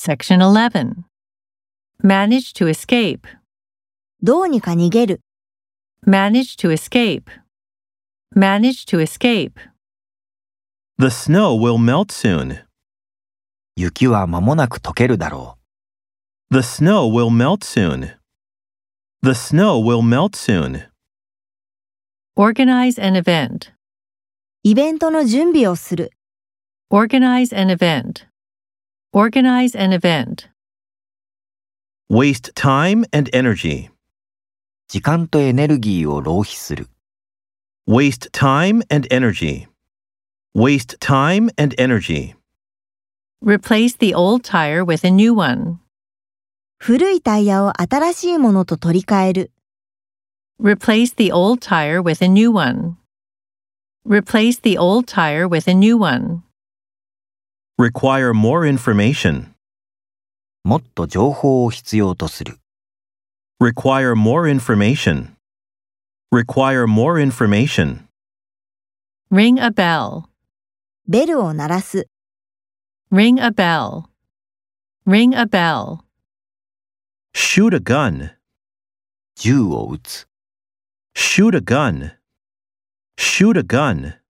Section 11. Manage to escape. どうにか逃げる、 Manage to escape. Manage to escape. The snow will melt soon. 雪は間もなく溶けるだろ The snow will melt soon. The snow will melt soon. Organize an event. イベントの準備をする、 Organize an event. Organize an event. Waste time and energy. う。時間とエネルギーを浪費する。 Waste time and energy. Waste time and energy. Replace the old tire with a new one. 古いタイヤを新しいものと取り替える、 Replace the old tire with a new one. Replace the old tire with a new one. Require more information. もっと情報を必要とする。 Require more information. Require more information. Ring a bell. ベルを鳴らす、 Ring a bell. Ring a bell. Shoot a gun. 銃を撃つ。 Shoot a gun. Shoot a gun.